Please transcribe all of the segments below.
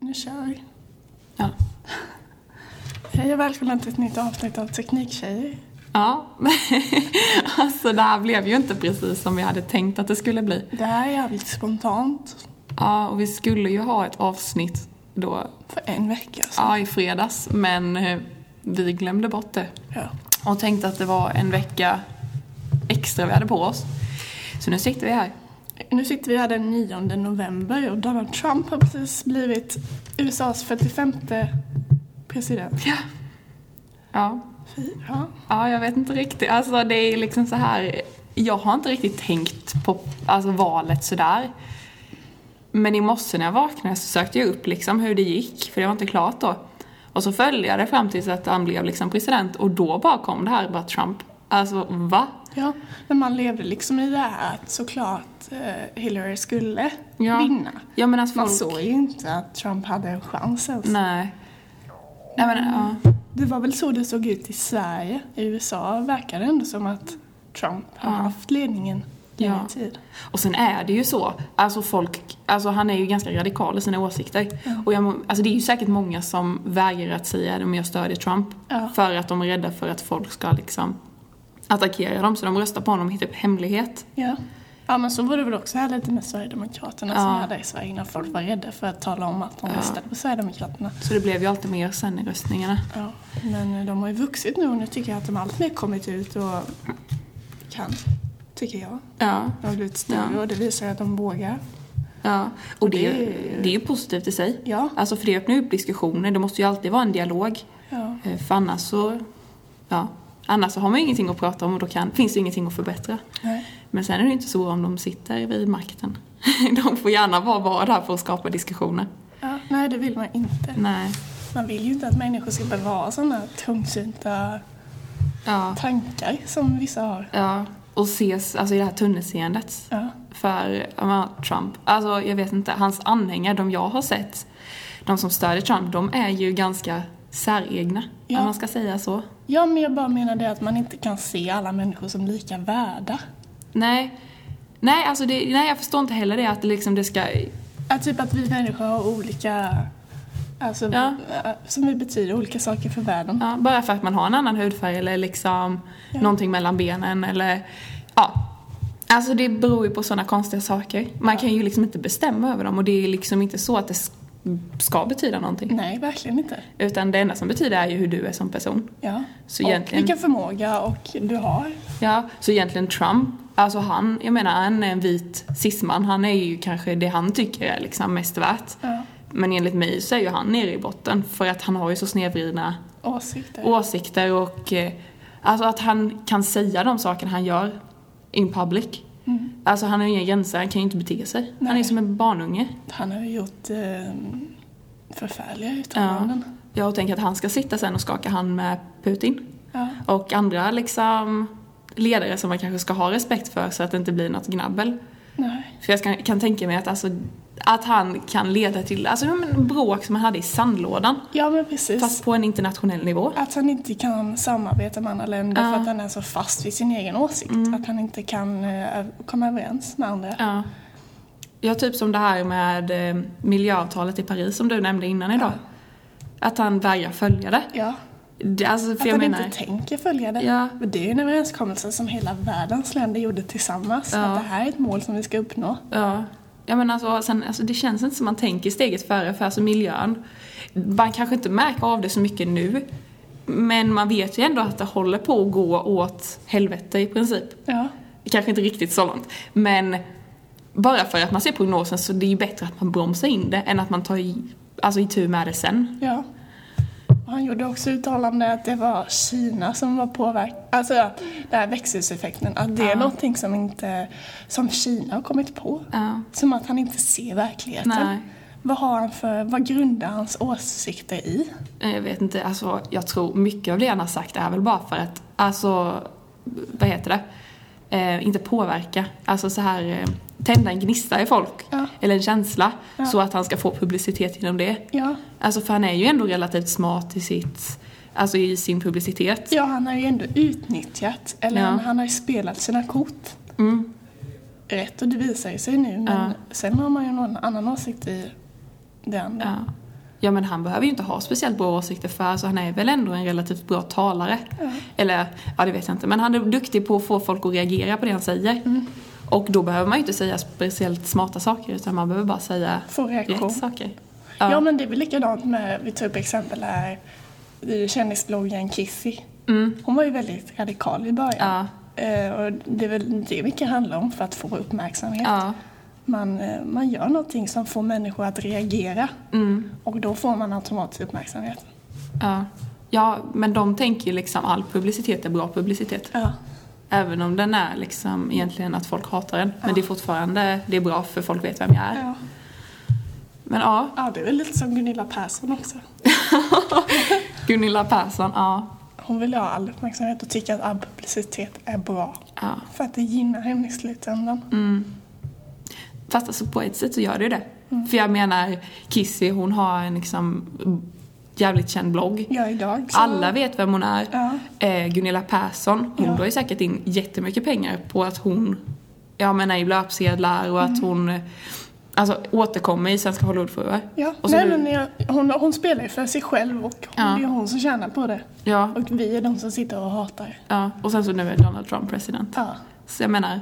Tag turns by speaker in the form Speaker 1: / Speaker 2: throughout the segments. Speaker 1: Nu kör vi. Ja. Hej och välkomna till ett nytt avsnitt av Tekniktjejer.
Speaker 2: Ja, alltså det här blev ju inte precis som vi hade tänkt att det skulle bli.
Speaker 1: Det här är jävligt spontant.
Speaker 2: Ja, och vi skulle ju ha ett avsnitt då,
Speaker 1: För en vecka sedan.
Speaker 2: ja i fredags, men eh, vi glömde bort det.
Speaker 1: Ja.
Speaker 2: Och tänkte att det var en vecka extra vi hade på oss. Så nu sitter vi här.
Speaker 1: Nu sitter vi här den 9 november och Donald Trump har precis blivit USAs 45 president.
Speaker 2: Ja. Ja,
Speaker 1: Fy, Ja.
Speaker 2: ja jag vet inte riktigt. Alltså det är liksom så här, jag har inte riktigt tänkt på alltså, valet sådär. Men i morse när jag vaknade så sökte jag upp liksom hur det gick, för det var inte klart då. Och så följde jag det fram tills att han blev liksom president och då bara kom det här, bara Trump. Alltså va?
Speaker 1: ja, men man levde liksom i det här att såklart eh, Hillary skulle
Speaker 2: Ja.
Speaker 1: vinna.
Speaker 2: Ja men alltså
Speaker 1: Man
Speaker 2: folk...
Speaker 1: såg ju inte att Trump hade en chans ens.
Speaker 2: Nej. Nej men ja.
Speaker 1: Det var väl så det såg ut i Sverige. I USA verkar det ändå som att Trump har
Speaker 2: Ja.
Speaker 1: haft ledningen
Speaker 2: Ja.
Speaker 1: länge tid.
Speaker 2: Och sen är det ju så, alltså folk, alltså han är ju ganska radikal i sina åsikter. Och jag, må- alltså det är ju säkert många som vägrar att säga att jag stödjer Trump.
Speaker 1: Ja.
Speaker 2: För att de är rädda för att folk ska liksom attackera dem, så de röstar på honom i typ hemlighet.
Speaker 1: Ja. ja, men så var det väl också här lite med Sverigedemokraterna som
Speaker 2: Ja.
Speaker 1: var där i Sverige innan folk var rädda för att tala om att de röstade på Sverigedemokraterna.
Speaker 2: Så det blev ju alltid mer sen i röstningarna.
Speaker 1: Ja. Men eh, de har ju vuxit nu och nu tycker jag att de alltmer kommit ut och kan, tycker jag.
Speaker 2: Ja,
Speaker 1: De har blivit större
Speaker 2: Ja.
Speaker 1: och det visar att de vågar.
Speaker 2: ja. Och det,
Speaker 1: Det-
Speaker 2: det är ju positivt i sig.
Speaker 1: Ja.
Speaker 2: Alltså för det öppnar ju upp diskussioner, det måste ju alltid vara en dialog.
Speaker 1: Ja.
Speaker 2: Eh, För annars så, ja, annars så har man ju ingenting att prata om och då kan, finns det ju ingenting att förbättra.
Speaker 1: Nej.
Speaker 2: Men sen är det ju inte så bra om de sitter vid makten. De får gärna bara vara där för att skapa diskussioner.
Speaker 1: Ja, nej, det vill man inte.
Speaker 2: Nej.
Speaker 1: Man vill ju inte att människor ska behöva ha sådana tungsynta
Speaker 2: Ja.
Speaker 1: tankar som vissa har.
Speaker 2: ja. Och ses alltså, i det här tunnelseendet.
Speaker 1: Ja.
Speaker 2: För ja, Trump, alltså jag vet inte, hans anhängare, de jag har sett, de som stödjer Trump, de är ju ganska säregna.
Speaker 1: Ja.
Speaker 2: Om man ska säga så.
Speaker 1: ja, men jag bara menar det att man inte kan se alla människor som lika värda.
Speaker 2: Nej. Nej, alltså det, nej, jag förstår inte heller det att det liksom det ska...
Speaker 1: Att typ att vi människor har olika, alltså
Speaker 2: Ja.
Speaker 1: eh, som vi betyder olika saker för världen.
Speaker 2: Ja, bara för att man har en annan hudfärg eller liksom
Speaker 1: Ja.
Speaker 2: någonting mellan benen eller ja. Alltså det beror ju på sådana konstiga saker. Man kan ju liksom inte bestämma över dem och det är liksom inte så att det s- ska betyda någonting.
Speaker 1: Nej, verkligen inte.
Speaker 2: Utan det enda som betyder är ju hur du är som person.
Speaker 1: Ja.
Speaker 2: Så
Speaker 1: och
Speaker 2: egentligen-
Speaker 1: vilken förmåga och du har.
Speaker 2: Ja, så egentligen Trump, alltså han, jag menar han är en vit cisman, han är ju kanske det han tycker är liksom mest värt.
Speaker 1: Ja.
Speaker 2: Men enligt mig så är ju han nere i botten för att han har ju så snedvridna
Speaker 1: Åsikter.
Speaker 2: åsikter och eh, alltså att han kan säga de sakerna han gör in public. Alltså han har ju inga gränser, han kan ju inte bete sig. Han är
Speaker 1: Nej.
Speaker 2: ju som en barnunge.
Speaker 1: Han har ju gjort eh, förfärliga uttalanden.
Speaker 2: Jag tänker att han ska sitta sen och skaka hand med Putin.
Speaker 1: Ja.
Speaker 2: Och andra liksom ledare som man kanske ska ha respekt för så att det inte blir något gnabbel.
Speaker 1: Nej.
Speaker 2: För jag ska, kan tänka mig att, alltså, att han kan leda till alltså, ja, men bråk som han hade i sandlådan.
Speaker 1: Ja, men precis.
Speaker 2: Fast på en internationell nivå.
Speaker 1: Att han inte kan samarbeta med andra länder
Speaker 2: Ja. Mm.
Speaker 1: för att han är så fast vid sin egen åsikt. Att han inte kan eh, komma överens med andra.
Speaker 2: Ja. Ja, typ som det här med eh, miljöavtalet i Paris som du nämnde innan idag. Att han vägrar följa det.
Speaker 1: Ja.
Speaker 2: det alltså, för
Speaker 1: Att
Speaker 2: jag
Speaker 1: han
Speaker 2: menar...
Speaker 1: inte tänker följa det.
Speaker 2: Ja.
Speaker 1: Men det är ju en överenskommelse som hela världens länder gjorde tillsammans.
Speaker 2: Ja.
Speaker 1: Att det här är ett mål som vi ska uppnå.
Speaker 2: Ja. Ja, men alltså, sen, alltså, det känns inte som man tänker steget före för alltså miljön. Man kanske inte märker av det så mycket nu. Men man vet ju ändå att det håller på att gå åt helvete i princip.
Speaker 1: Ja.
Speaker 2: Kanske inte riktigt så långt. Men bara för att man ser prognosen så det är ju bättre att man bromsar in det än att man tar i, alltså, itu med det sen.
Speaker 1: ja. Och han gjorde också uttalande att det var Kina som var påverkat. Alltså den här växthuseffekten. Att det är någonting som, inte, som Kina har kommit på.
Speaker 2: Ja.
Speaker 1: Som att han inte ser verkligheten.
Speaker 2: Nej.
Speaker 1: Vad, har han för, vad grundar hans åsikter i?
Speaker 2: Jag vet inte, alltså jag tror mycket av det han har sagt är väl bara för att, alltså, vad heter det? Eh, inte påverka, alltså så här eh, tända en gnista i folk,
Speaker 1: Ja.
Speaker 2: eller en känsla, så att han ska få publicitet genom det.
Speaker 1: Ja.
Speaker 2: Alltså för han är ju ändå relativt smart i sitt, alltså i sin publicitet.
Speaker 1: ja, han har ju ändå utnyttjat, eller
Speaker 2: Ja.
Speaker 1: han, han har ju spelat sina kort
Speaker 2: Mm.
Speaker 1: rätt och det visar ju sig nu. Men
Speaker 2: Ja.
Speaker 1: sen har man ju någon annan åsikt i den.
Speaker 2: Ja. ja men han behöver ju inte ha speciellt bra åsikter för, så han är väl ändå en relativt bra talare. Eller, ja det vet jag inte, men han är duktig på att få folk att reagera på det han säger. Och då behöver man ju inte säga speciellt smarta saker utan man behöver bara säga
Speaker 1: Få reaktion.
Speaker 2: rätt saker.
Speaker 1: Ja.
Speaker 2: Ja.
Speaker 1: men det är väl likadant med, vi tar upp exempel här i kändisbloggen Kissy.
Speaker 2: Mm.
Speaker 1: Hon var ju väldigt radikal i början. Eh, och det är väl det mycket handlar om för att få uppmärksamhet.
Speaker 2: Ja.
Speaker 1: Man, eh, man gör någonting som får människor att reagera
Speaker 2: Mm.
Speaker 1: och då får man automatiskt uppmärksamhet.
Speaker 2: Ja. ja, men de tänker ju liksom all publicitet är bra publicitet.
Speaker 1: Ja.
Speaker 2: Även om den är liksom egentligen att folk hatar den. Men det är fortfarande det är bra för folk vet vem jag är.
Speaker 1: Ja.
Speaker 2: Men ja,
Speaker 1: ja, det är väl lite som Gunilla Persson också.
Speaker 2: Gunilla Persson, ja.
Speaker 1: Hon vill ha all uppmärksamhet och tycker att all publicitet är bra.
Speaker 2: ja. Mm.
Speaker 1: För att det gynnar henne i slutändan.
Speaker 2: Fast alltså på ett sätt så gör det ju det.
Speaker 1: Mm.
Speaker 2: För jag menar, Kissy hon har en liksom jävligt känd blogg.
Speaker 1: Ja, idag så...
Speaker 2: Alla vet vem hon är.
Speaker 1: Ja.
Speaker 2: Eh, Gunilla Persson, hon
Speaker 1: Ja.
Speaker 2: drar ju säkert in jättemycket pengar på att hon ja, men är i löpsedlar och
Speaker 1: Mm.
Speaker 2: att hon eh, alltså, återkommer i Svenska Hollywoodfruar.
Speaker 1: Ja,
Speaker 2: Och så
Speaker 1: nej
Speaker 2: nu-
Speaker 1: men jag, hon, hon spelar ju för sig själv och hon,
Speaker 2: Ja.
Speaker 1: det är hon som tjänar på det.
Speaker 2: Ja,
Speaker 1: Och vi är de som sitter och hatar.
Speaker 2: ja, och sen så nu är Donald Trump president.
Speaker 1: Ja.
Speaker 2: Så jag menar,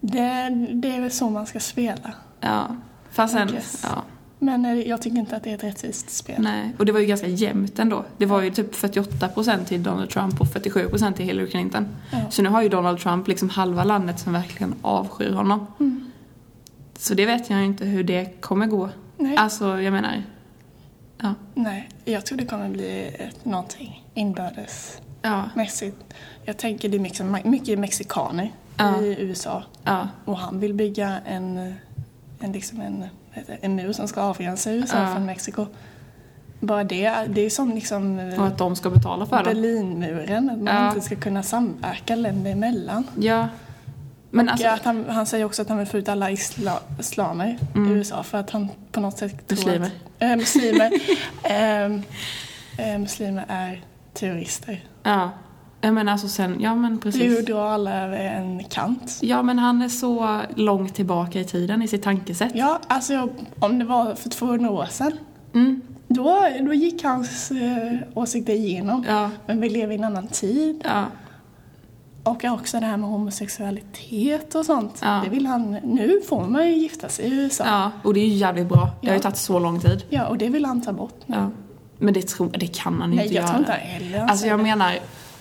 Speaker 1: Det, det är väl så man ska spela.
Speaker 2: ja. Fast sen,
Speaker 1: Yes.
Speaker 2: ja,
Speaker 1: Men eh, jag tycker inte att det är ett rättvist spel.
Speaker 2: nej. Och det var ju ganska jämnt ändå. Det var ju typ 48% till Donald Trump och 47% till Hillary Clinton.
Speaker 1: Ja.
Speaker 2: Så nu har ju Donald Trump liksom halva landet som verkligen avskyr honom.
Speaker 1: Mm.
Speaker 2: Så det vet jag ju inte hur det kommer gå.
Speaker 1: Nej.
Speaker 2: Alltså, jag menar... Ja.
Speaker 1: Nej, jag tror det kommer bli ett, någonting inbördesmässigt.
Speaker 2: Ja.
Speaker 1: Jag tänker det är mycket, mycket mexikaner
Speaker 2: Ja.
Speaker 1: i USA.
Speaker 2: Ja.
Speaker 1: Och han vill bygga en, eh, en, liksom en, vad heter det, en mur som ska avgränsa USA
Speaker 2: Ja.
Speaker 1: från Mexiko. Bara det, det är som liksom
Speaker 2: Och att de ska betala för dem.
Speaker 1: Berlinmuren, att man
Speaker 2: Ja.
Speaker 1: inte ska kunna samverka länder emellan.
Speaker 2: Ja. Men
Speaker 1: Och
Speaker 2: alltså...
Speaker 1: att han, han säger också att han vill få ut alla isla, islamer i USA för att han på något sätt tror
Speaker 2: Mm. Muslimer.
Speaker 1: att äh, muslimer, ehm, eh, muslimer är terrorister.
Speaker 2: Ja. ja. Men alltså sen... Ja, men precis.
Speaker 1: Det är ju att dra alla över en kant.
Speaker 2: Ja, men han är så långt tillbaka i tiden i sitt tankesätt.
Speaker 1: Ja, alltså jag, om det var för 200 år sedan
Speaker 2: Mm.
Speaker 1: Då, då gick hans eh, åsikter igenom.
Speaker 2: Ja.
Speaker 1: Men vi lever i en annan tid.
Speaker 2: Ja.
Speaker 1: Och också det här med homosexualitet och sånt.
Speaker 2: Ja.
Speaker 1: Det vill han, nu får man ju gifta sig i USA.
Speaker 2: Ja. Och det är ju jävligt bra. Det har ju
Speaker 1: Ja.
Speaker 2: tagit så lång tid.
Speaker 1: Ja, och det vill han ta bort nu.
Speaker 2: Ja. Men det, tror, det kan han ju
Speaker 1: Nej,
Speaker 2: inte
Speaker 1: jag
Speaker 2: göra.
Speaker 1: tror inte heller han
Speaker 2: Alltså
Speaker 1: säger
Speaker 2: jag
Speaker 1: det.
Speaker 2: menar,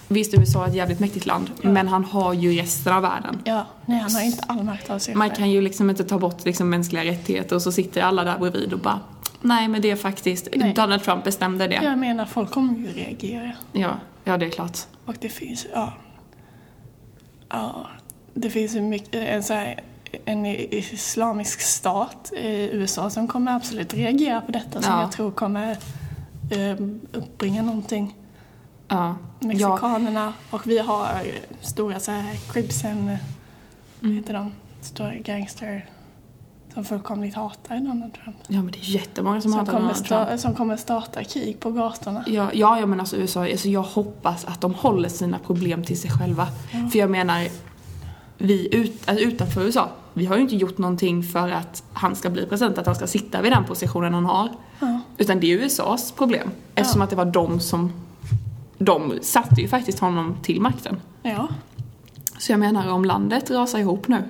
Speaker 2: visst USA är ett jävligt mäktigt land, men han har ju resten av världen.
Speaker 1: Ja, nej han har ju inte all makt av sig
Speaker 2: Man
Speaker 1: själv.
Speaker 2: kan ju liksom inte ta bort liksom mänskliga rättigheter och så sitter alla där bredvid och bara Nej men det är faktiskt,
Speaker 1: Nej.
Speaker 2: Donald Trump bestämde det. Ja.
Speaker 1: Jag menar, folk kommer ju reagera.
Speaker 2: Ja, det är klart.
Speaker 1: Och det finns, ja. Ja, det finns ju mycket, en, så här, en islamisk stat i USA som kommer absolut reagera på detta som
Speaker 2: Ja.
Speaker 1: jag tror kommer eh, uppbringa någonting.
Speaker 2: Ja. Ja, Mm.
Speaker 1: Mexikanerna och vi har eh, stora så här cribsen, eh, vad heter de, stora gangster som fullkomligt hatar Donald Trump.
Speaker 2: ja men det är jättemånga som,
Speaker 1: Som
Speaker 2: hatar
Speaker 1: kommer,
Speaker 2: Donald Trump.
Speaker 1: sta- som kommer starta krig på gatorna.
Speaker 2: Ja, ja, ja men alltså USA, alltså jag hoppas att de håller sina problem till sig själva. För jag menar, vi ut, alltså utanför USA, vi har ju inte gjort någonting för att han ska bli president, att han ska sitta vid den positionen han har. Utan det är USAs problem. Eftersom att det var de som, de satte ju faktiskt honom till makten.
Speaker 1: Ja,
Speaker 2: Så jag menar, om landet rasar ihop nu,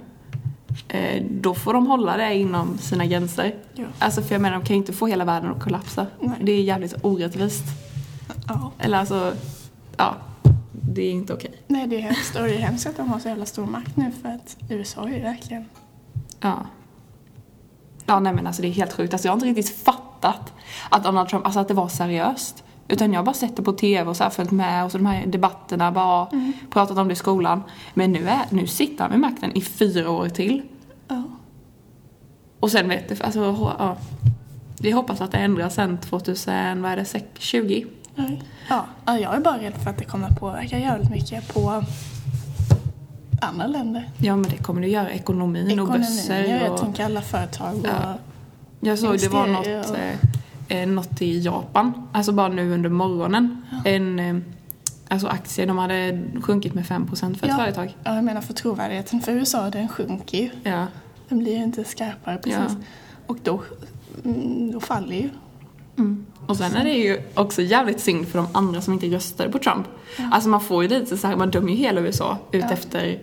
Speaker 2: eh, då får de hålla det inom sina gränser.
Speaker 1: Ja.
Speaker 2: Alltså för jag menar, de kan ju inte få hela världen att kollapsa.
Speaker 1: Nej.
Speaker 2: Det är jävligt orättvist.
Speaker 1: ja.
Speaker 2: Eller alltså, ja. Det är inte okej.
Speaker 1: Nej, det är hemskt. Och det är hemskt att de har så jävla stor makt nu för att USA är ju verkligen...
Speaker 2: Ja. Ja, nej men alltså det är helt sjukt. Alltså jag har inte riktigt fattat att Donald Trump, alltså att det var seriöst. Utan jag har bara sett det på TV och så här följt med och så de här debatterna, bara pratat om det i skolan. Men nu, är, nu sitter han vid makten i fyra år till.
Speaker 1: Ja.
Speaker 2: Och sen vet du, alltså ho- ja. Vi hoppas att det ändras sen 2000, vad är det, sex- 20?
Speaker 1: Nej. Ja. ja, jag är bara rädd för att det kommer att påverka jävligt mycket på andra länder.
Speaker 2: Ja men det kommer det göra, ekonomin, och börser
Speaker 1: Ekonomin, jag
Speaker 2: och...
Speaker 1: tänker alla företag och...
Speaker 2: Ja. Jag såg det var något,
Speaker 1: Investeringar och-
Speaker 2: eh, eh, något i Japan, alltså bara nu under morgonen. En eh, alltså aktie, de hade sjunkit med 5% för ett
Speaker 1: Ja.
Speaker 2: företag.
Speaker 1: Ja, jag menar för trovärdigheten för USA, den sjunker ju.
Speaker 2: Ja.
Speaker 1: Den blir ju inte skarpare precis.
Speaker 2: Ja.
Speaker 1: Och då, mm, då faller ju
Speaker 2: Och sen är det ju också jävligt synd för de andra som inte röstade på Trump. Alltså man får ju lite så här, man dömer ju hela USA ut, efter,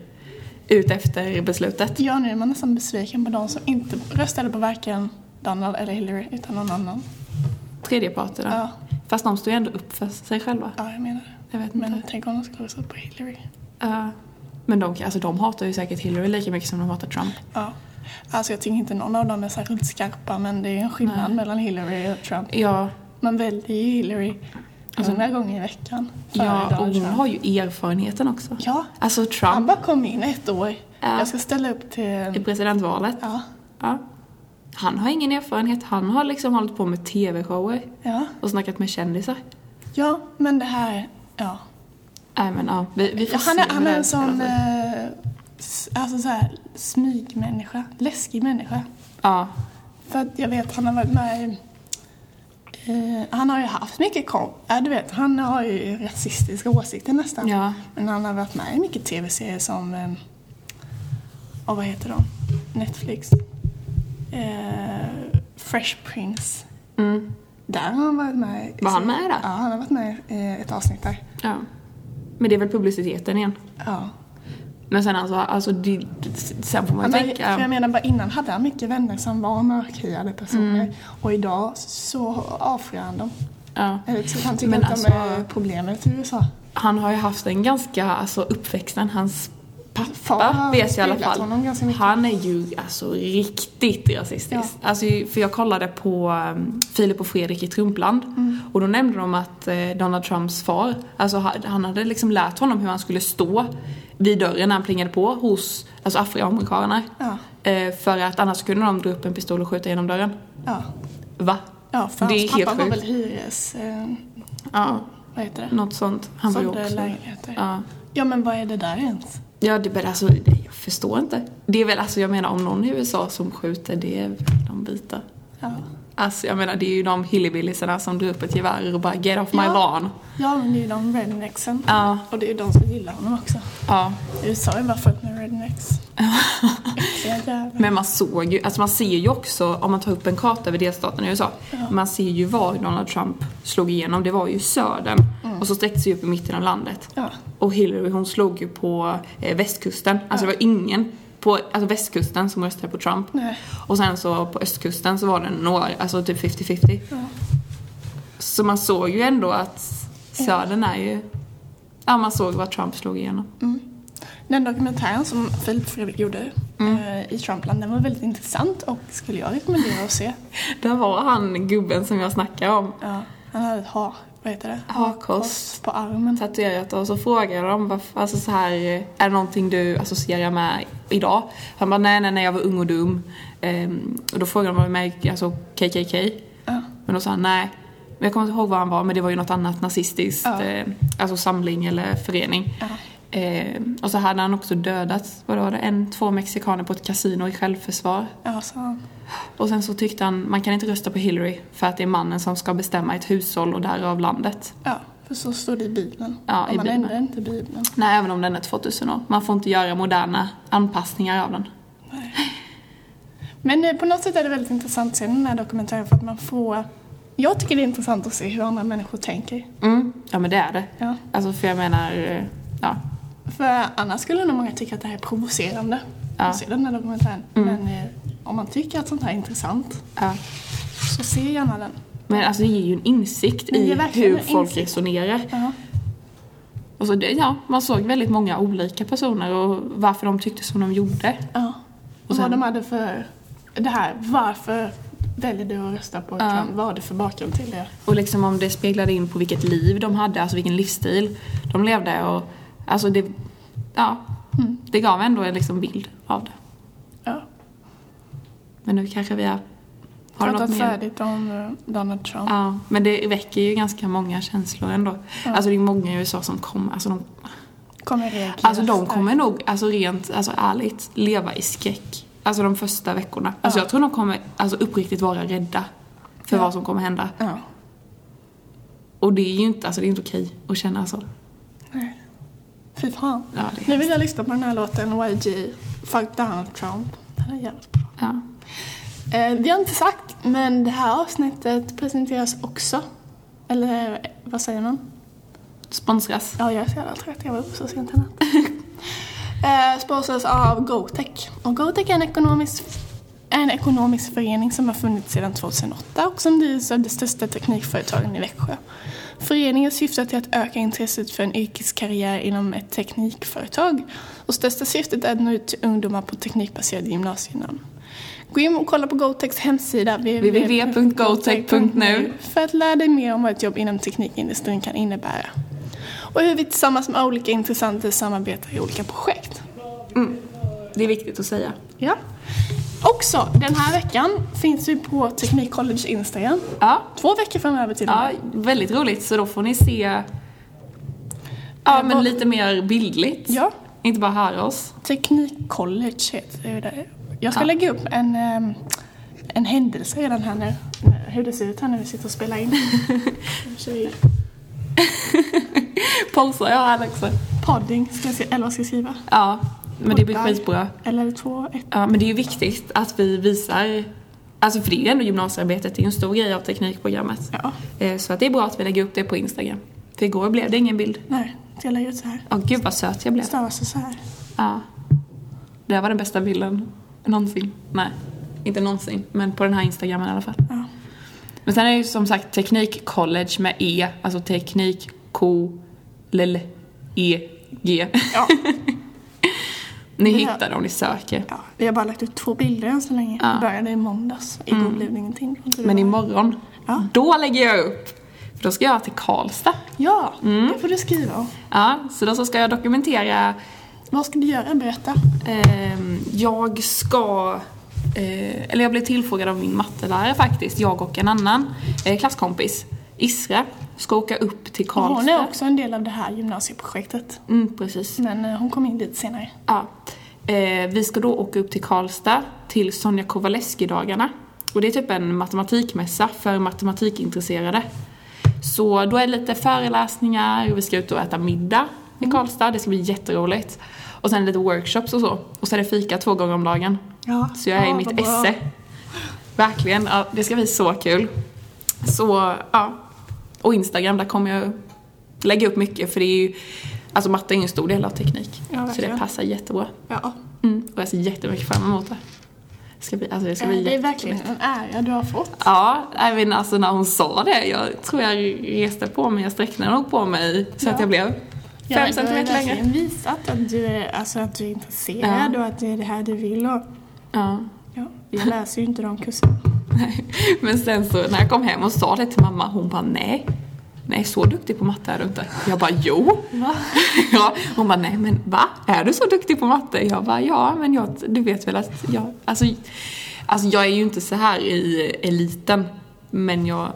Speaker 2: ut efter beslutet.
Speaker 1: Ja, nu är man nästan besviken på de som inte röstade på varken Donald eller Hillary utan någon annan.
Speaker 2: Tredjeparterna.
Speaker 1: Ja.
Speaker 2: Fast de står ju ändå upp för sig själva.
Speaker 1: Ja, jag menar det.
Speaker 2: Jag vet inte.
Speaker 1: Men tänk om de skulle rösta på Hillary.
Speaker 2: Ja. men de, alltså, de hatar ju säkert Hillary lika mycket som de hatar Trump.
Speaker 1: Ja. Alltså jag tycker inte någon av dem är särskilt skarpa men det är en skillnad
Speaker 2: Nej.
Speaker 1: mellan Hillary och Trump.
Speaker 2: Ja,
Speaker 1: Man väljer ju Hillary hundra gånger i veckan. före
Speaker 2: Alltså- ja och
Speaker 1: Donald
Speaker 2: hon
Speaker 1: Trump.
Speaker 2: har ju erfarenheten också.
Speaker 1: Ja,
Speaker 2: Alltså
Speaker 1: han
Speaker 2: Trump
Speaker 1: bara kom in ett år.
Speaker 2: Ja.
Speaker 1: Jag ska ställa upp
Speaker 2: i
Speaker 1: till...
Speaker 2: presidentvalet.
Speaker 1: Ja,
Speaker 2: Ja. Han har ingen erfarenhet. Han har liksom hållit på med TV-shower
Speaker 1: ja,
Speaker 2: och snackat med kändisar.
Speaker 1: ja men det här... Ja.
Speaker 2: Nej men ja, vi, vi får
Speaker 1: Ja, han,
Speaker 2: se
Speaker 1: är,
Speaker 2: hur
Speaker 1: han
Speaker 2: det
Speaker 1: är
Speaker 2: här
Speaker 1: en sån
Speaker 2: spelar sig.
Speaker 1: eh, s- alltså så här, smygmänniska, läskig människa.
Speaker 2: Ja,
Speaker 1: För att jag vet, han har varit med i, eh, Han har ju haft mycket kom... Ja, du vet, han har ju rasistiska åsikter nästan.
Speaker 2: ja.
Speaker 1: Men han har varit med i mycket tv-serier som... Eh, och vad heter de? Netflix. Eh, Fresh Prince.
Speaker 2: Mm.
Speaker 1: Där har han varit med. i-
Speaker 2: Var han med där?
Speaker 1: Ja, han har varit med i eh, ett avsnitt där.
Speaker 2: ja. Men det är väl publiciteten igen.
Speaker 1: Ja.
Speaker 2: Men sen alltså, alltså det, sen får man
Speaker 1: Han
Speaker 2: ju
Speaker 1: har, för jag
Speaker 2: tänka.
Speaker 1: menar bara innan hade han mycket vänner som var mörkhyade personer
Speaker 2: Mm.
Speaker 1: och idag så avskyr han dem.
Speaker 2: Ja.
Speaker 1: Eller så han tycker
Speaker 2: Men
Speaker 1: inte de är
Speaker 2: alltså-
Speaker 1: problemet i USA.
Speaker 2: Han har ju haft en ganska, alltså uppväxten, hans
Speaker 1: Far
Speaker 2: pappa
Speaker 1: har
Speaker 2: vet jag i alla
Speaker 1: spelat
Speaker 2: fall.
Speaker 1: Ah, honom ganska mycket.
Speaker 2: Han är ju alltså riktigt rasistisk. Alltså, för jag kollade på um, Filip och Fredrik i Trumpland
Speaker 1: Mm.
Speaker 2: och då nämnde de att eh, Donald Trumps far, alltså ha- han hade liksom lärt honom hur han skulle stå vid dörren när han plingade på hos alltså afroamerikaner.
Speaker 1: Ja.
Speaker 2: Eh, för att annars kunde de dra upp en pistol och skjuta genom dörren.
Speaker 1: Ja.
Speaker 2: Va?
Speaker 1: ja, för
Speaker 2: Det är
Speaker 1: hans
Speaker 2: helt
Speaker 1: pappa var
Speaker 2: sjukt.
Speaker 1: väl hyres... Eh,
Speaker 2: Ja,
Speaker 1: vad heter det?
Speaker 2: något sånt. Han var ju
Speaker 1: Sålde
Speaker 2: också...
Speaker 1: lägenheter. Ja.
Speaker 2: Ja.
Speaker 1: men vad är det där ens?
Speaker 2: Ja, det, men alltså, det- jag förstår inte. Det är väl, alltså jag menar om någon i USA som skjuter, det är väl de vita.
Speaker 1: Ja.
Speaker 2: Alltså jag menar det är ju de hillbillisarna som drar upp ett gevär och bara get off my
Speaker 1: Ja.
Speaker 2: lawn.
Speaker 1: ja, men det är ju de rednecksen.
Speaker 2: Ja,
Speaker 1: Och det är ju de som gillar honom också.
Speaker 2: ja.
Speaker 1: USA är bara fullt med rednecks. Äckliga jävlar.
Speaker 2: Men man såg ju, alltså man ser ju också om man tar upp en karta över delstaterna i USA. Man ser ju var Donald Trump slog igenom, det var ju södern. Och så sträckte sig upp i mitten av landet.
Speaker 1: Ja.
Speaker 2: Och Hillary hon slog ju på eh, västkusten, alltså det var ingen på alltså västkusten som röstade på Trump.
Speaker 1: Nej.
Speaker 2: Och sen så på östkusten så var det några, alltså typ 50-50. Så man såg ju ändå att södern är ju... Ja, man såg vad Trump slog igenom.
Speaker 1: Den dokumentären som Filip Fredrik gjorde
Speaker 2: Mm.
Speaker 1: eh, i Trumpland, den var väldigt intressant och skulle jag rekommendera att se.
Speaker 2: Där var han gubben som jag snackar om.
Speaker 1: Ja, han hade ett ha, vad heter det?
Speaker 2: Hakkors.
Speaker 1: på armen.
Speaker 2: tatuerat och så frågade de varför, alltså så här, eh, är det någonting du associerar med idag? Han bara nej, nej, nej, jag var ung och dum. Ehm, och då frågade de vad med alltså KKK.
Speaker 1: Ja.
Speaker 2: Men då sa han nej. Men jag kommer inte ihåg vad han var, men det var ju något annat nazistiskt,
Speaker 1: Ja.
Speaker 2: eh, alltså samling eller förening.
Speaker 1: Ja.
Speaker 2: Ehm, och så hade han också dödat, vad var det, en, två mexikaner på ett kasino i självförsvar.
Speaker 1: Ja, så han.
Speaker 2: Och sen så tyckte han, man kan inte rösta på Hillary för att det är mannen som ska bestämma ett hushåll och därav landet.
Speaker 1: Ja, för så står det i Bibeln.
Speaker 2: Ja,
Speaker 1: och
Speaker 2: i
Speaker 1: man
Speaker 2: Bibeln.
Speaker 1: ändrar inte Bibeln.
Speaker 2: Nej, även om den är 2000 år. Man får inte göra moderna anpassningar av den.
Speaker 1: Men eh, på något sätt är det väldigt intressant att se den här dokumentären för att man får... Jag tycker det är intressant att se hur andra människor tänker.
Speaker 2: Mm. Ja, men det är det.
Speaker 1: Ja.
Speaker 2: Alltså, för jag menar... eh, Ja.
Speaker 1: För annars skulle nog många tycka att det här är provocerande
Speaker 2: Ja. Mm.
Speaker 1: att se den här dokumentären. Men eh, om man tycker att sånt här är intressant
Speaker 2: ja.
Speaker 1: så se gärna den.
Speaker 2: Men alltså, det ger ju en insikt
Speaker 1: Det ger
Speaker 2: i
Speaker 1: verkligen
Speaker 2: hur
Speaker 1: en
Speaker 2: folk
Speaker 1: insikt.
Speaker 2: resonerar.
Speaker 1: Ja.
Speaker 2: Och så, det- ja, man såg väldigt många olika personer och varför de tyckte som de gjorde.
Speaker 1: Ja. Och
Speaker 2: sen-
Speaker 1: vad de hade för... Det här, varför väljer du att rösta på
Speaker 2: Ja.
Speaker 1: Trump? Vad har du för bakgrund till det?
Speaker 2: Och liksom om det speglade in på vilket liv de hade, alltså vilken livsstil de levde. Och, alltså det, ja,
Speaker 1: Mm.
Speaker 2: det gav ändå en liksom bild av det.
Speaker 1: Ja.
Speaker 2: Men nu kanske vi har... Har du något
Speaker 1: Pratat
Speaker 2: mer?
Speaker 1: färdigt om eh, Donald Trump.
Speaker 2: Ja, men det väcker ju ganska många känslor ändå. Alltså det är många i USA som kommer, alltså de,
Speaker 1: Kommer reagera
Speaker 2: alltså de
Speaker 1: starkt.
Speaker 2: kommer nog, alltså rent, alltså ärligt, leva i skräck. Alltså de första veckorna. Alltså
Speaker 1: Ja.
Speaker 2: jag tror de kommer, alltså uppriktigt vara rädda för
Speaker 1: Ja.
Speaker 2: vad som kommer hända.
Speaker 1: Ja.
Speaker 2: Och det är ju inte, alltså det är inte okej att känna så.
Speaker 1: Nej. Fy fan.
Speaker 2: Ja, det
Speaker 1: Nu
Speaker 2: är,
Speaker 1: vill jag lyssna på den här låten YG, Fuck Donald Trump. Den är jävligt bra.
Speaker 2: ja.
Speaker 1: Eh, det har jag inte sagt, men det här avsnittet presenteras också. Eller vad säger man?
Speaker 2: Sponsras.
Speaker 1: Ja, jag är så jävla trött. Jag var uppe så sent i natt. eh, sponsras av GoTech. Och GoTech är en ekonomisk, är en ekonomisk förening som har funnits sedan 2008 och som drivs av de största teknikföretagen i Växjö. Föreningen syftar till att öka intresset för en yrkeskarriär inom ett teknikföretag och största syftet är att nå ut till ungdomar på teknikbaserade gymnasienamn. Gå in och kolla på GoTechs hemsida
Speaker 2: www.gotech.nu
Speaker 1: för att lära dig mer om vad ett jobb inom teknikindustrin kan innebära och hur vi tillsammans med olika intressenter samarbetar i olika projekt.
Speaker 2: Mm. Det är viktigt att säga.
Speaker 1: Ja. Också, den här veckan finns vi på Teknikcollege Instagram.
Speaker 2: Ja,
Speaker 1: Två veckor framöver till och
Speaker 2: ja
Speaker 1: med.
Speaker 2: väldigt roligt. Så då får ni se ja, men lite mer bildligt.
Speaker 1: Ja.
Speaker 2: Inte bara höra oss.
Speaker 1: Teknikcollege heter det där. Jag ska
Speaker 2: Ja.
Speaker 1: lägga upp en, ehm, en händelse redan här nu. Hur det ser ut här när vi sitter och spelar in. Kanske vi-
Speaker 2: Polsar jag här också.
Speaker 1: Podding, ska jag se, eller vad ska jag skriva?
Speaker 2: Ja, men det blir
Speaker 1: Poddar.
Speaker 2: skitbra.
Speaker 1: Eller två, ett.
Speaker 2: Ja, men det är ju viktigt att vi visar Alltså för det är ju ändå gymnasiearbetet, det är ju en stor grej av teknikprogrammet.
Speaker 1: Ja.
Speaker 2: Eh, Så att det är bra att vi lägger upp det på Instagram. För igår blev det ingen bild.
Speaker 1: Nej, jag lägger ut så här.
Speaker 2: Åh gud vad söt jag blev.
Speaker 1: Stavas det så här?
Speaker 2: Ja. Det här var den bästa bilden någonsin. Nej, inte någonsin. Men på den här Instagramen i alla fall.
Speaker 1: Ja.
Speaker 2: Men sen är det ju som sagt Teknikcollege med E. Alltså teknik, K, L, E, G.
Speaker 1: Ja.
Speaker 2: Ni
Speaker 1: Ja.
Speaker 2: hittar dem ni söker.
Speaker 1: ja. Vi har bara lagt ut två bilder än så länge.
Speaker 2: Ja. Mm.
Speaker 1: Det började i måndags. Igår blev det ingenting.
Speaker 2: Men imorgon,
Speaker 1: Ja.
Speaker 2: då lägger jag upp. För då ska jag till Karlstad.
Speaker 1: Ja,
Speaker 2: Mm.
Speaker 1: det får du skriva om.
Speaker 2: Ja, så då så ska jag dokumentera
Speaker 1: Vad ska du göra? Berätta.
Speaker 2: Ehm, jag ska... eh, eller jag blev tillfrågad av min mattelärare faktiskt, jag och en annan eh, klasskompis, Isra, ska åka upp till
Speaker 1: Och
Speaker 2: Karlstad.
Speaker 1: hon är också en del av det här gymnasieprojektet.
Speaker 2: Mm, precis.
Speaker 1: Men eh, hon kom in dit senare.
Speaker 2: Ja. Eh, vi ska då åka upp till Karlstad, till Sonja Kowaleski-dagarna. Och det är typ en matematikmässa för matematikintresserade. Så då är det lite föreläsningar, och vi ska ut och äta middag i
Speaker 1: Mm.
Speaker 2: Karlstad, det ska bli jätteroligt. Och sen lite workshops och så. Och sen är det fika två gånger om dagen.
Speaker 1: Ja.
Speaker 2: Så jag är i
Speaker 1: Ja, vad
Speaker 2: mitt
Speaker 1: bra.
Speaker 2: esse. Verkligen, ja, det ska bli så kul. Så, ja. Och Instagram, där kommer jag lägga upp mycket för det är ju, alltså matte är ju en stor del av teknik.
Speaker 1: Ja,
Speaker 2: så
Speaker 1: verkligen.
Speaker 2: det passar jättebra.
Speaker 1: Ja.
Speaker 2: Mm. Och jag ser jättemycket fram emot det. Det ska bli, alltså det ska
Speaker 1: Eh,
Speaker 2: bli
Speaker 1: Det är
Speaker 2: jätteroligt.
Speaker 1: verkligen en ära du har fått.
Speaker 2: Ja, även alltså när hon sa det, jag tror jag reste på mig, jag sträckte nog på mig så
Speaker 1: Ja.
Speaker 2: att jag blev
Speaker 1: Ja,
Speaker 2: fem centimeter
Speaker 1: Du har
Speaker 2: längre.
Speaker 1: verkligen visat att du är, alltså, att du är intresserad och att det är det här du vill. Och,
Speaker 2: Ja.
Speaker 1: ja, jag läser ju inte de kurserna.
Speaker 2: Men sen så när jag kom hem och sa det till mamma, hon bara nej. Nej, så duktig på matte är du inte. Jag bara jo. ja, hon bara nej men va? Är du så duktig på matte? Jag bara ja men jag, du vet väl att jag, alltså, alltså jag är ju inte så här i eliten. Men jag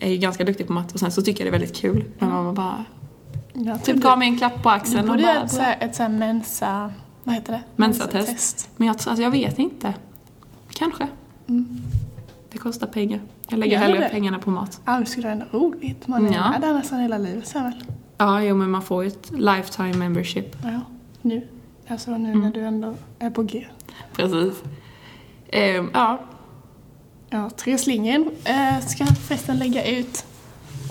Speaker 2: är ju ganska duktig på matte och sen så tycker jag det är väldigt kul. Men mamma bara
Speaker 1: Jag
Speaker 2: typ
Speaker 1: trodde-
Speaker 2: gav mig en klapp på
Speaker 1: Mm. Du
Speaker 2: axeln och
Speaker 1: borde göra
Speaker 2: bara
Speaker 1: ett, så här- ett så här mensa... Vad heter det?
Speaker 2: mensatest.
Speaker 1: Mensatest.
Speaker 2: Men jag, tror- alltså, jag vet inte. Kanske. Det kostar pengar. Jag lägger
Speaker 1: Mm. Gör
Speaker 2: hellre
Speaker 1: det?
Speaker 2: pengarna på mat.
Speaker 1: Ja, det skulle vara ändå roligt. Man är
Speaker 2: Ja.
Speaker 1: ja. där nästan hela livet sen väl?
Speaker 2: Ja, jo, men man får ju ett lifetime membership.
Speaker 1: Ja, nu. Alltså nu
Speaker 2: Mm.
Speaker 1: när du ändå är på G.
Speaker 2: Precis. Ehm, ja.
Speaker 1: Ja, Therese Lindgren eh, ska förresten lägga ut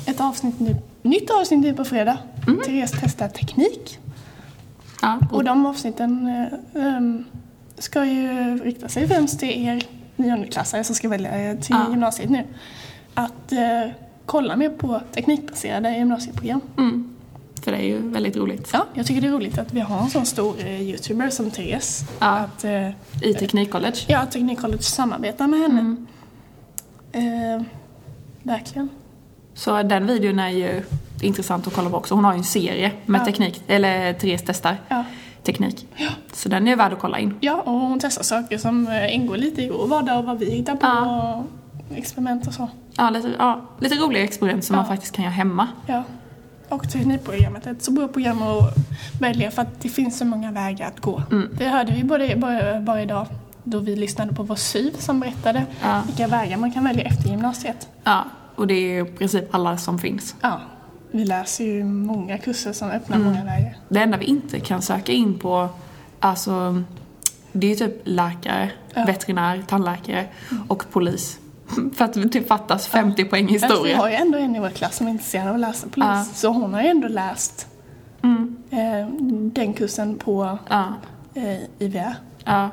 Speaker 1: ett avsnitt nu, nytt avsnitt nu på fredag.
Speaker 2: Mm.
Speaker 1: Therese testar teknik.
Speaker 2: ja.
Speaker 1: Och de avsnitten eh, ehm, ska ju rikta sig främst till er niondeklassare som ska välja eh, till
Speaker 2: Ja.
Speaker 1: gymnasiet nu. Att eh, kolla mer på teknikbaserade gymnasieprogram.
Speaker 2: Mm. För det är ju väldigt roligt.
Speaker 1: Ja, jag tycker det är roligt att vi har en sån stor eh, youtuber som Therese.
Speaker 2: Ja.
Speaker 1: Att, eh,
Speaker 2: I Teknikcollege.
Speaker 1: ja, Teknikcollege samarbetar med henne.
Speaker 2: Mm.
Speaker 1: Eh, verkligen.
Speaker 2: Så den videon är ju intressant att kolla på också. Hon har ju en serie med
Speaker 1: Ja.
Speaker 2: teknik, eller Therese testar
Speaker 1: Ja.
Speaker 2: teknik. Så den är ju värd att kolla in.
Speaker 1: Ja, och hon testar saker som eh, ingår lite i vår vardag och vad vi hittar på
Speaker 2: Ja.
Speaker 1: och experiment och så.
Speaker 2: Ja, lite, ja, lite roliga experiment som
Speaker 1: Ja.
Speaker 2: man faktiskt kan göra hemma.
Speaker 1: Ja. Och teknikprogrammet är ett så bra program att välja för att det finns så många vägar att gå.
Speaker 2: Mm.
Speaker 1: Det hörde vi både, bara, bara idag då vi lyssnade på vår SYV som berättade
Speaker 2: Ja.
Speaker 1: vilka vägar man kan välja efter gymnasiet.
Speaker 2: Ja, och det är ju i princip alla som finns.
Speaker 1: Ja. Vi läser ju många
Speaker 2: Mm.
Speaker 1: kurser som öppnar många vägar.
Speaker 2: Det enda vi inte kan söka in på, alltså det är ju typ läkare,
Speaker 1: Ja. Mm.
Speaker 2: veterinär, tandläkare och polis. För att det typ fattas 50 poäng
Speaker 1: Alltså, vi
Speaker 2: historia.
Speaker 1: har ju ändå en i vår klass som är intresserad av att läsa polis.
Speaker 2: Ja.
Speaker 1: Så hon har ju ändå läst
Speaker 2: Mm.
Speaker 1: eh, den kursen på
Speaker 2: Ja.
Speaker 1: eh, IVA.
Speaker 2: Ja.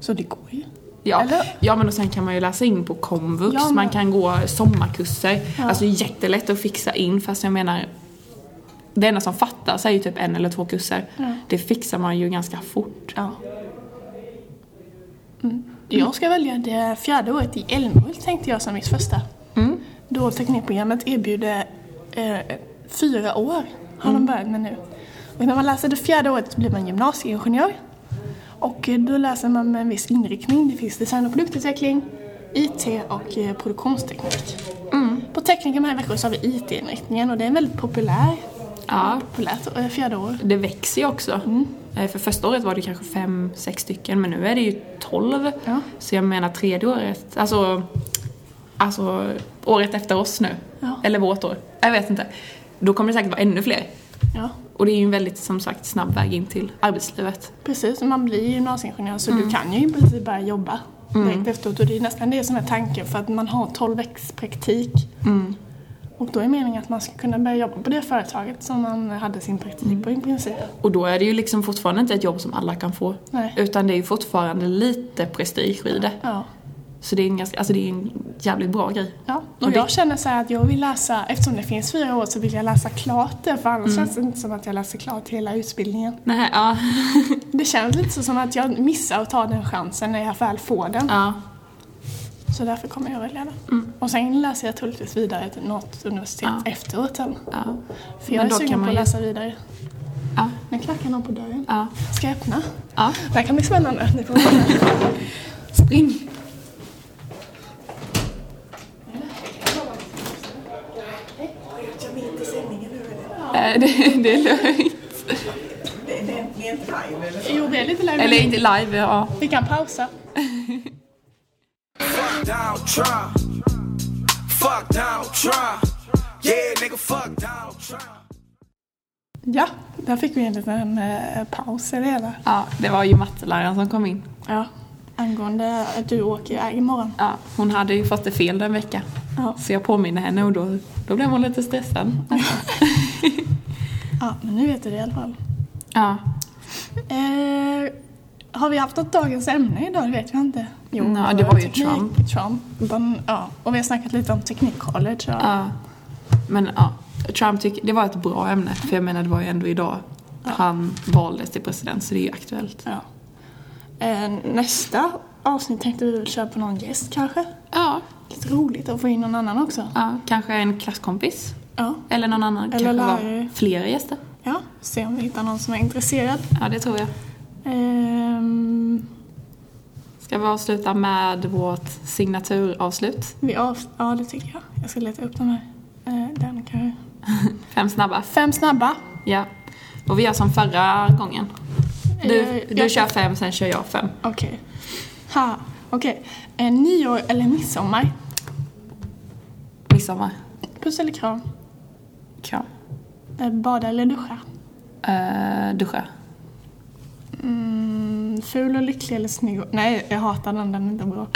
Speaker 1: Så det går ju.
Speaker 2: Ja.
Speaker 1: Eller?
Speaker 2: ja, men och sen kan man ju läsa in på komvux,
Speaker 1: Ja, men-
Speaker 2: man kan gå sommarkurser.
Speaker 1: Ja.
Speaker 2: Alltså det är jättelätt att fixa in fast jag menar det enda som fattas är ju typ en eller två kurser.
Speaker 1: Ja.
Speaker 2: Det fixar man ju ganska fort.
Speaker 1: Ja. Mm. Jag ska välja det fjärde året i Älmhult tänkte jag som mitt första.
Speaker 2: Mm.
Speaker 1: Då teknikprogrammet erbjuder eh, fyra år har de börjat med nu. Och när man läser det fjärde året blir man gymnasieingenjör. Och eh, då läser man med en viss inriktning. Det finns design och produktutveckling, IT och eh, produktionsteknik. På tekniken här i Växjö så har vi IT-inriktningen och det är en väldigt populär,
Speaker 2: Ja.
Speaker 1: populärt eh, fjärde år.
Speaker 2: Det växer ju också.
Speaker 1: Mm.
Speaker 2: Eh, För första året var det kanske fem, sex stycken men nu är det ju tolv.
Speaker 1: Ja.
Speaker 2: Så jag menar tredje året, alltså, alltså året efter oss nu.
Speaker 1: Ja.
Speaker 2: Eller vårt år. Jag vet inte. Då kommer det säkert vara ännu fler.
Speaker 1: Ja.
Speaker 2: Och det är ju en väldigt, som sagt, snabb väg in till arbetslivet.
Speaker 1: Precis, man blir gymnasieingenjör så
Speaker 2: Mm.
Speaker 1: du kan ju i princip börja jobba direkt efteråt. Och det är nästan det som är tanken för att man har 12 veckors praktik.
Speaker 2: Mm.
Speaker 1: Och då är meningen att man ska kunna börja jobba på det företaget som man hade sin praktik på
Speaker 2: Mm.
Speaker 1: i princip.
Speaker 2: Och då är det ju liksom fortfarande inte ett jobb som alla kan få.
Speaker 1: Nej.
Speaker 2: Utan det är ju fortfarande lite prestige i det.
Speaker 1: Ja.
Speaker 2: Så det är en, ganska, alltså det är en jävligt bra grej.
Speaker 1: Ja, och
Speaker 2: Och det-
Speaker 1: jag känner så här att jag vill läsa, eftersom det finns fyra år så vill jag läsa klart det för
Speaker 2: Mm.
Speaker 1: annars känns det inte som att jag läser klart hela utbildningen.
Speaker 2: Nej, ja.
Speaker 1: Det känns lite så som att jag missar att ta den chansen när jag väl får den.
Speaker 2: ja.
Speaker 1: Så därför kommer jag välja det. Och sen läser jag troligtvis vidare till något universitet
Speaker 2: Mm. Ja.
Speaker 1: efteråt sen.
Speaker 2: ja.
Speaker 1: För jag
Speaker 2: Men
Speaker 1: är
Speaker 2: då kan
Speaker 1: sugen på
Speaker 2: man
Speaker 1: att
Speaker 2: ju-
Speaker 1: läsa vidare.
Speaker 2: ja.
Speaker 1: Nu knackar någon på dörren.
Speaker 2: ja.
Speaker 1: Ska jag öppna?
Speaker 2: ja.
Speaker 1: Det här kan bli spännande. Ni får vänta.
Speaker 2: Spring!
Speaker 1: Jag vet i sändningen nu.
Speaker 2: Eh, Det, det är lugnt.
Speaker 1: Jo, det är lite lägre.
Speaker 2: Eller inte live, ja.
Speaker 1: Vi kan pausa.
Speaker 3: Fuck Donald Trump. Fuck Donald Trump. Yeah, nigga, fuck Donald Trump.
Speaker 1: Ja, där fick vi en liten eh, paus i det hela.
Speaker 2: ja. Det var ju matteläraren som kom in.
Speaker 1: Ja. Angående att du åker iväg imorgon.
Speaker 2: Ja. Hon hade ju fått det fel den vecka.
Speaker 1: Ja.
Speaker 2: Så jag påminner henne och då, då blev hon lite stressad.
Speaker 1: ja, men nu vet du det i alla fall.
Speaker 2: Ja.
Speaker 1: Eh, har vi haft något dagens ämne idag? Det vet jag inte. Jo,
Speaker 2: Nej, det var ju
Speaker 1: teknik-
Speaker 2: Trump.
Speaker 1: Trump. Men, ja. Och vi har snackat lite om teknikcollege. Ja.
Speaker 2: Ja. Men ja, Trump tycker det var ett bra ämne. För jag menar det var ju ändå idag han valdes till president så det är ju aktuellt.
Speaker 1: Ja. Eh, nästa avsnitt tänkte vi väl köra på någon gäst kanske.
Speaker 2: Ja.
Speaker 1: Lite roligt att få in någon annan också.
Speaker 2: ja. Kanske en klasskompis.
Speaker 1: Ja.
Speaker 2: Eller någon annan.
Speaker 1: Eller
Speaker 2: kanske
Speaker 1: lärare.
Speaker 2: var flera gäster.
Speaker 1: Ja, se om vi hittar någon som är intresserad.
Speaker 2: Ja, det tror jag.
Speaker 1: Ehm,
Speaker 2: Ska vi avsluta med vårt signaturavslut?
Speaker 1: vi av... Ja, det tycker jag. Jag ska leta upp den här. Eh, den kanske.
Speaker 2: Fem snabba.
Speaker 1: Fem snabba.
Speaker 2: Ja. Och vi gör som förra gången. Du,
Speaker 1: Eh,
Speaker 2: du
Speaker 1: jag-
Speaker 2: kör fem, sen kör jag fem.
Speaker 1: Okej. Ha, okej. Eh, nyår eller midsommar?
Speaker 2: Midsommar.
Speaker 1: Puss eller kram?
Speaker 2: Kram.
Speaker 1: Eh, bada eller duscha?
Speaker 2: Uh, duscha.
Speaker 1: Mm, ful och lycklig eller snygg? och- Nej, jag hatar den. Den är inte bra.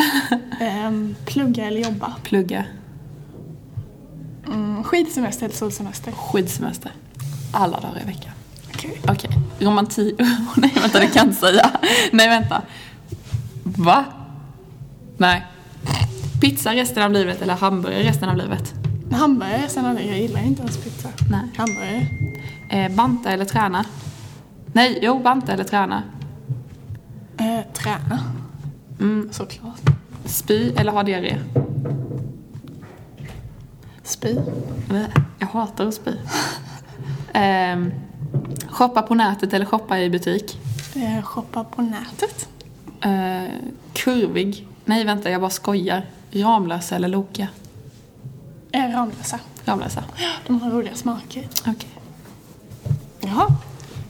Speaker 1: Ehm, plugga eller jobba?
Speaker 2: Plugga.
Speaker 1: Mm, skidsemester eller solsemester?
Speaker 2: Skidsemester. Alla dagar i veckan.
Speaker 1: Okej.
Speaker 2: Okej, romantik... Nej vänta, det kan jag inte säga. Nej vänta. Va? Nej. Pizza resten av livet eller hamburgare resten av livet?
Speaker 1: Hamburgare sen aldrig. Jag gillar inte ens pizza.
Speaker 2: Nej.
Speaker 1: Hamburgare.
Speaker 2: Eh, banta eller träna? Nej, jo, banta eller träna.
Speaker 1: Eh, träna.
Speaker 2: Mm.
Speaker 1: Såklart.
Speaker 2: Spy eller ha diarré?
Speaker 1: Spy.
Speaker 2: Blä, Jag hatar att spy. Ehm, shoppa på nätet eller shoppa i butik?
Speaker 1: Eh, shoppa på nätet.
Speaker 2: Eh, kurvig? Nej vänta, jag bara skojar. Ramlösa eller Loka?
Speaker 1: Eh, Ramlösa.
Speaker 2: Ramlösa.
Speaker 1: De har roliga smaker.
Speaker 2: Okej.
Speaker 1: Jaha.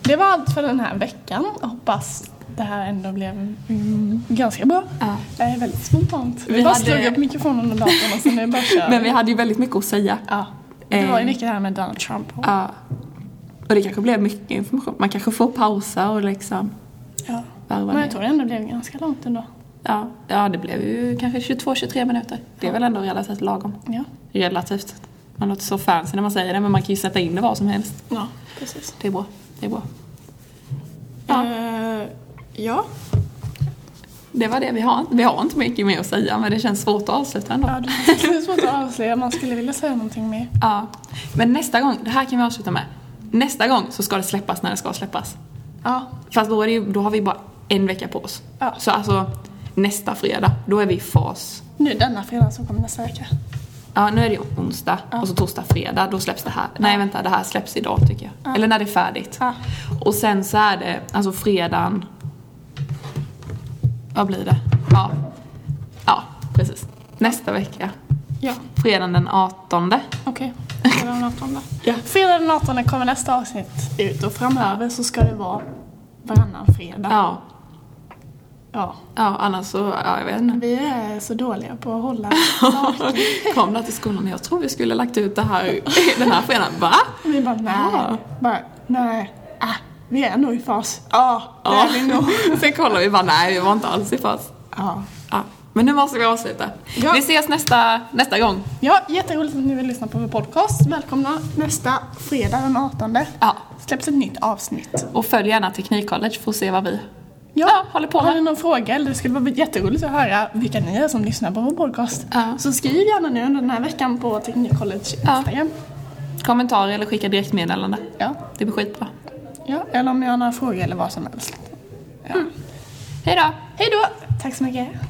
Speaker 1: Det var allt för den här veckan. Jag hoppas det här ändå blev mm, ganska bra.
Speaker 2: Ja.
Speaker 1: Det är väldigt spontant. Vi,
Speaker 2: Vi
Speaker 1: bara
Speaker 2: hade-
Speaker 1: slog upp mikrofonen och datorn och sen är det bara kör.
Speaker 2: Men vi hade ju väldigt mycket att säga.
Speaker 1: Ja. Det var ju
Speaker 2: Eh.
Speaker 1: mycket det här med Donald Trump. Och...
Speaker 2: Ja. Och det kanske blev mycket information. Man kanske får pausa och liksom...
Speaker 1: Ja.
Speaker 2: varva
Speaker 1: Men jag
Speaker 2: ner.
Speaker 1: tror det ändå blev ganska långt ändå.
Speaker 2: Ja, ja, det blev ju kanske 22-23 minuter. Det är väl ändå relativt lagom.
Speaker 1: Ja.
Speaker 2: Relativt. Man låter så fancy när man säger det, men man kan ju sätta in det var som helst.
Speaker 1: Ja, precis.
Speaker 2: Det är bra. Det är bra.
Speaker 1: Ja.
Speaker 2: Ja.
Speaker 1: Eh, ja.
Speaker 2: Det var det vi har. Vi har inte mycket mer att säga, men det känns svårt att avsluta ändå.
Speaker 1: ja, det är svårt att avslöja. Man skulle vilja säga någonting mer.
Speaker 2: Ja. Men nästa gång, det här kan vi avsluta med. Nästa gång så ska det släppas när det ska släppas.
Speaker 1: Ja,
Speaker 2: Fast då, är det ju, då har vi bara en vecka på oss.
Speaker 1: Ja.
Speaker 2: Så alltså nästa fredag, då är vi i fas.
Speaker 1: nu denna fredag som kommer nästa vecka.
Speaker 2: Ja, nu är det ju onsdag och så torsdag, fredag, då släpps det här. Nej vänta, det här släpps idag tycker jag. Eller när det är färdigt.
Speaker 1: Ja.
Speaker 2: Och sen så är det, alltså fredagen... Vad blir det? Ja. Ja, precis. Nästa vecka.
Speaker 1: Ja,
Speaker 2: Fredagen den 18.
Speaker 1: okej. Fredag den 18. Ja. Fredag den 18 kommer nästa avsnitt ut och framöver så ska det vara varannan fredag.
Speaker 2: Ja.
Speaker 1: Ja.
Speaker 2: Ja, annars så, ja jag vet inte.
Speaker 1: Vi är så dåliga på att hålla
Speaker 2: Kom där till skolan och jag tror vi skulle lagt ut det här den här fredagen. Va?
Speaker 1: Vi bara nej.
Speaker 2: Ja.
Speaker 1: Bara, nej. Ah, vi är nog i fas. Ja, det
Speaker 2: Ja.
Speaker 1: är vi nog.
Speaker 2: Sen kollar vi bara, nej vi var inte alls i fas.
Speaker 1: Ja.
Speaker 2: Ja. Men nu måste vi avsluta.
Speaker 1: Ja.
Speaker 2: Vi ses nästa, nästa gång.
Speaker 1: ja, jätteroligt att ni vill lyssna på vår podcast. Välkomna nästa fredag den 18.
Speaker 2: Ja.
Speaker 1: Släpps ett nytt avsnitt.
Speaker 2: Och följ gärna Teknikcollege för att se vad vi...
Speaker 1: Ja,
Speaker 2: håller på
Speaker 1: Har
Speaker 2: med.
Speaker 1: ni någon fråga eller det skulle vara jätteroligt att höra vilka ni är som lyssnar på vår podcast.
Speaker 2: Ja.
Speaker 1: Så skriv gärna nu under den här veckan på Teknikcollege
Speaker 2: Ja.
Speaker 1: Instagram.
Speaker 2: Kommentarer eller skicka direktmeddelande.
Speaker 1: Ja.
Speaker 2: Det blir skitbra.
Speaker 1: ja, eller om ni har några frågor eller vad som helst. Ja.
Speaker 2: Hej då!
Speaker 1: Hej då! Tack så mycket.